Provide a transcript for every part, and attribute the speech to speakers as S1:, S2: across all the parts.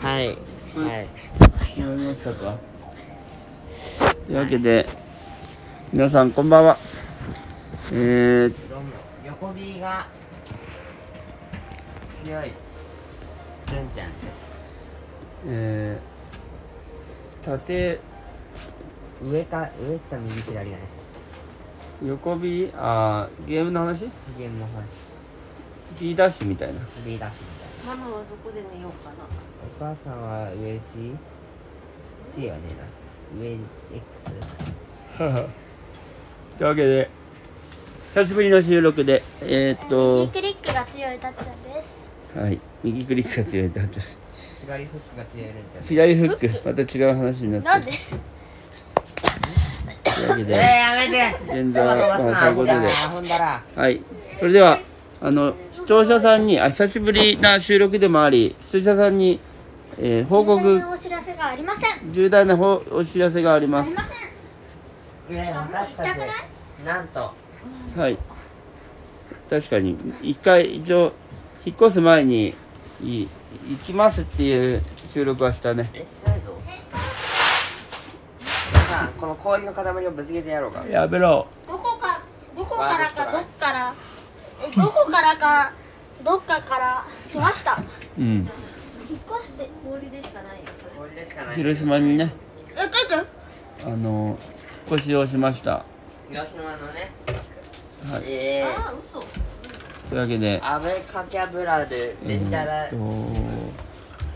S1: はいはい
S2: やりましたかというわけで皆さんこんばんはえー、
S1: 横火が強い純ちゃんです
S2: えー、縦
S1: 上か上か右左だね
S2: 横 B あーゲームの話
S1: ゲームの方
S2: B ダッシュみたいな
S1: リーダーシみたい
S3: ママはどこで寝ようかな
S1: なお母さんは上 C C はねえな上 X
S2: というわけで久しぶりの収録でえー、っ
S4: 右
S2: と
S4: クリックが強いたっちゃんです。
S2: はい右クリックが強いだった
S1: 左フックが強いるんじゃない
S2: 左フックまた違う話にな
S4: な
S2: っ
S4: ん
S2: て
S4: で
S2: る？というわけ
S1: えー、
S2: で
S1: やめて
S2: 前座はまあということで
S1: ほんだら
S2: はいそれではあの視聴者さんにあ久しぶりな収録でもあり視聴者さんに、えー報
S4: 重
S2: 告
S4: 大なお知らせがありません。
S2: 重大なほお知らせがあり
S4: あ
S2: ま
S4: り
S2: す
S4: ません。
S1: ねえ私たち
S4: 痛くない
S1: なんと
S2: はい確かに一回一応引っ越す前にい行きますっていう収録はしたね
S1: えしてないぞさあこの氷の塊をぶつけてやろうか
S2: やめろ
S4: どこかどこからかどっからえどこからかどっかから来ました。
S2: うん
S4: 引っ越して
S3: 氷でしかないよ
S1: 氷でしかない
S2: 広島にね
S4: えちょいちょい
S2: あの引っ越しをしました
S1: 広島のね、
S2: はい
S1: えー
S3: あ嘘
S2: というわけで
S1: アベカキャブラル
S2: え
S1: デタラ、
S2: ーっと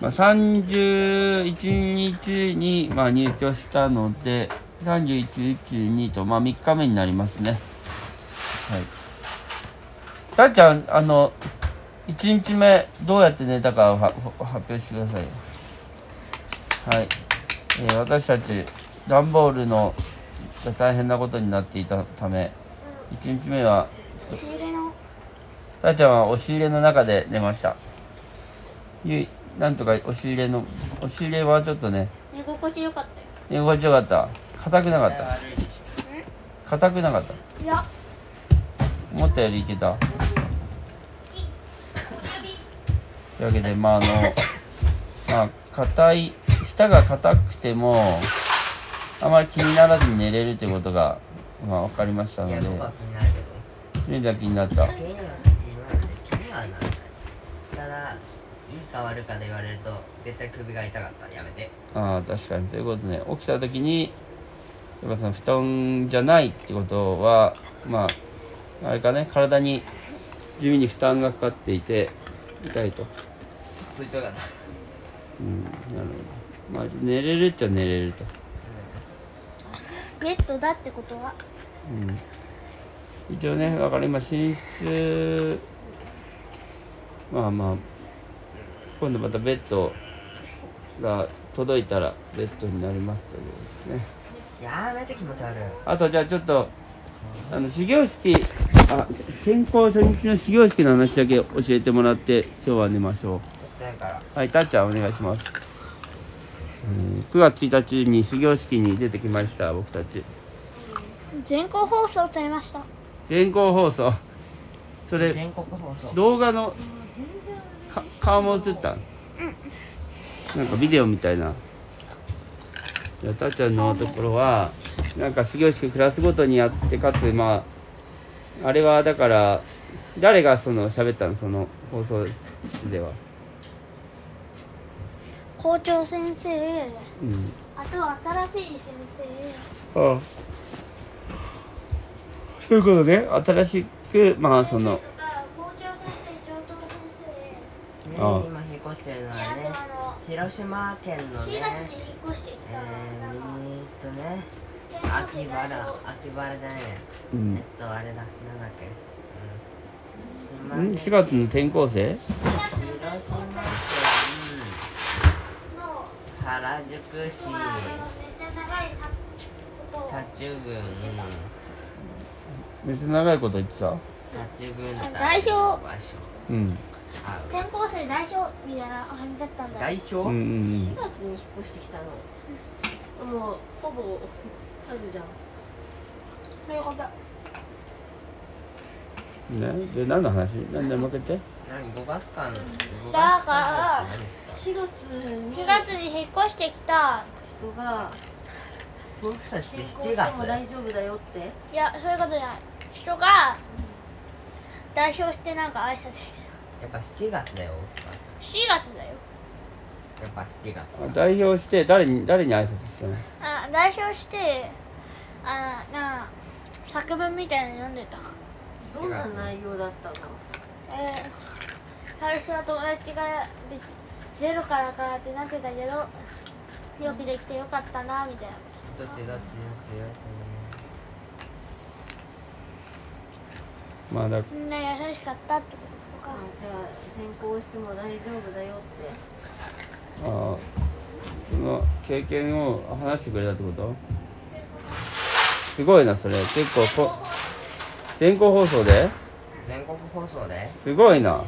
S2: まあ、31日に、まあ、入居したので31、12と、まあ、3日目になりますねはいたっちゃんあの1日目どうやって寝たかをはほ発表してくださいはい、えー私たち段ボールのが大変なことになっていたため1日目は
S4: 仕入れの
S2: たーちゃんは押し入れの中で寝ましたゆいなんとか押し入れの押し入れはちょっとね
S4: 寝心地良かった
S2: 寝
S4: よ。
S2: 心地よかった硬くなかった硬くなかった
S4: いや
S2: 思ったよりいけたというわけでまああのまあ硬い舌が硬くてもあまり気にならずに寝れるということがまあ分かりましたの
S1: い
S2: で
S1: や僕は気になる
S2: ゆいだ気になった
S1: けど気にはな気にはならないただいいか悪いかで言われると絶対首が痛かったやめて
S2: ああ確かにということで、ね、起きた時にやっぱその布団じゃないってことはまああれかね体に地味に負担がかかっていて痛いと、
S1: ちょっと痛かった
S2: うん、なるほどまあ寝れるっちゃ寝れると、
S4: ベッドだってことは
S2: うん、一応ねだから今寝室まあまあ今度またベッドが届いたらベッドになりますということですね
S1: やめて気持ち悪い
S2: あとじゃあちょっとあの始業式あ健康初日の始業式の話だけ教えてもらって今日は寝ましょ
S1: だから
S2: うはいたっちゃんお願いします、えー9月1日に始業式に出てきました僕たち
S4: 全校放送されました。
S2: 全校放送それ
S1: 全国放送
S2: 動画のか顔も映ったなんかビデオみたいなじゃあたっちゃんのところはなんか始業式クラスごとにやってかつまああれはだから誰がその喋ったのその放送室では、
S4: 校長先生
S2: うん、
S4: あとは新しい先生。
S2: ああそういうことね新しくまあその
S4: 校長先生上等先
S1: ね
S2: ああ
S1: 今引っ越してるの
S4: 生
S1: はね
S4: であとあの
S1: 広島県の
S4: 4月
S1: ね
S4: に引っ越してき
S1: え
S4: たな
S1: ー、
S4: ん
S1: ミ
S4: か
S1: ニとね
S4: 天皇
S1: 秋
S4: 生
S1: バ
S4: 代
S1: ラ
S4: 表
S1: 秋バラだね
S2: う
S1: えっ
S2: ん
S1: とあれだなんだっけうん
S2: ん4
S1: 島
S2: 月の転校生
S1: 広島県
S4: の
S1: 原宿市
S4: 人がめっちゃ長いさことを
S1: タチュ郡
S2: めっちゃ長いこと言ってた
S1: タチュ郡
S4: 代表
S1: 場所
S2: うん
S1: あ
S4: 転校生代表みたいな感じだったんだよ
S1: 代表、
S2: うんうんうん
S3: 4月に引っ越してきたのもうほぼ春じゃん
S4: そういうこと
S2: ねで何の話何で負けて
S1: 何5月間5
S4: だ
S1: 月
S4: から
S1: 間って何ですか
S3: 4月に
S4: 4月に引っ越してきた
S3: 人が
S1: 僕たちって7
S3: 転校しても
S1: 月
S3: 大丈夫だよって
S4: いやそういうことじゃない人が代表してなんか挨拶してた
S1: やっぱ7月だよ僕は
S4: 4月だよ
S1: やっぱ7月
S2: あ代表して誰に誰に挨拶したの
S4: あ代表してあなあ作文みたいなの読んでた
S3: どんな内容だったの
S4: えー、最初は友達ができゼロからかってなってたけどよくできてよかったなみたいな
S1: どっちどっちどっち
S2: まあだ
S4: みんな優しかったってこと
S3: あ
S4: か
S3: じゃあ転校しても大丈夫だよって
S2: あその経験を話してくれたってことすごいなそれ結構こ全国放送で
S1: 全国放送です
S2: ごいな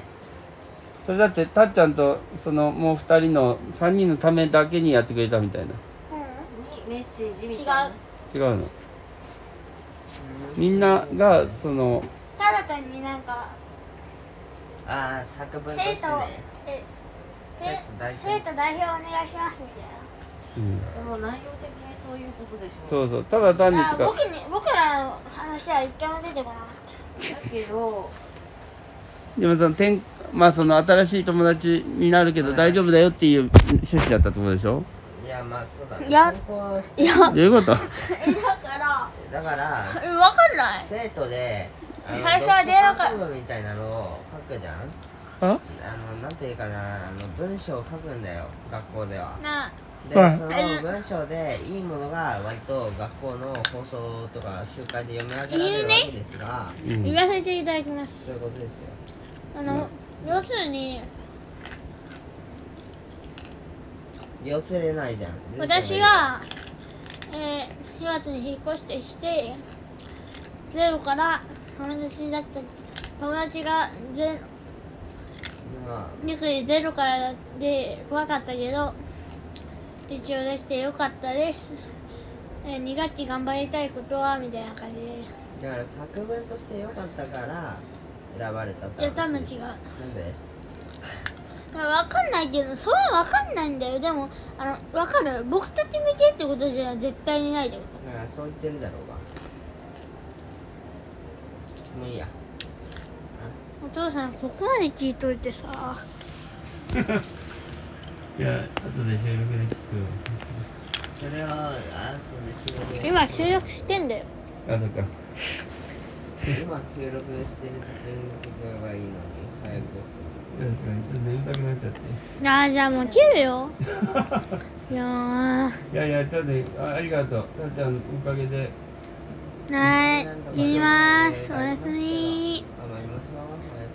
S2: それだってたっちゃんとそのもう2人の3人のためだけにやってくれたみたいな
S4: う
S3: にメッセージみ
S4: ん違
S3: たいな
S4: うた
S2: 違うのみんながその
S4: だ単になんか
S1: ああ作文と
S4: 生
S1: して
S4: 徒
S1: ね
S4: え
S1: 生
S4: せ
S1: 徒代表
S4: 生徒代表お願いしますみたいな
S2: うん
S3: でも内容的にそういうことでしょ
S2: そうそうただ単に
S4: あ
S2: とか
S4: 僕に僕らの話は一回も出てこなかっ
S3: だけど
S2: でもその転まあその新しい友達になるけど大丈夫だよっていう趣旨だったってことでしょ
S1: いやまあそうだね
S4: いや
S1: 転校して
S4: たいや
S2: どういう こと
S4: えだから
S1: だから
S4: え分かんない
S1: 生徒であの
S4: 最初は出な
S1: 読書
S4: か
S1: 感想文みたいなのを書くじゃん
S2: あ
S1: あのなんていうかなあの文章を書くんだよ学校では
S4: な
S1: で、
S2: はい
S1: その文章でいいものが割と学校の放送とか集会で読み上げられるわけですが、
S2: うん
S4: 言わせていただきます
S1: そういうことですよ
S4: あの、要するに
S1: 要するにないじゃん
S4: 私が、えー、4月に引っ越してきてゼロから友達だった友達がゼ
S1: ま
S4: よくゼロからで怖かったけど一応できてよかったです、え2学期頑張りたいことはみたいな感じで
S1: あだから作文として良かったから選ばれたって
S4: いや多分違
S1: 話
S4: う
S1: なんで
S4: まあわかんないけどそれわかんないんだよでもあのわかる僕たち向けってことじゃ絶対にないってこ
S1: だからそう言ってるだろうがもういいや
S4: とお父さんここまで聞いといてさ
S2: いや後で収録で聞くよ
S1: それはあとで収録
S4: 今収録してんだよ
S2: あそっか
S1: 今収録してる時に聞けばいいのに早くする
S2: 確かにちょっと眠たくなっちゃって
S4: ああじゃあもう切るよいやー
S2: いやいやちょっとあありがとうたっちゃんのおかげで
S4: はい切りますおやすみ
S1: 頑張りましょうおやすみ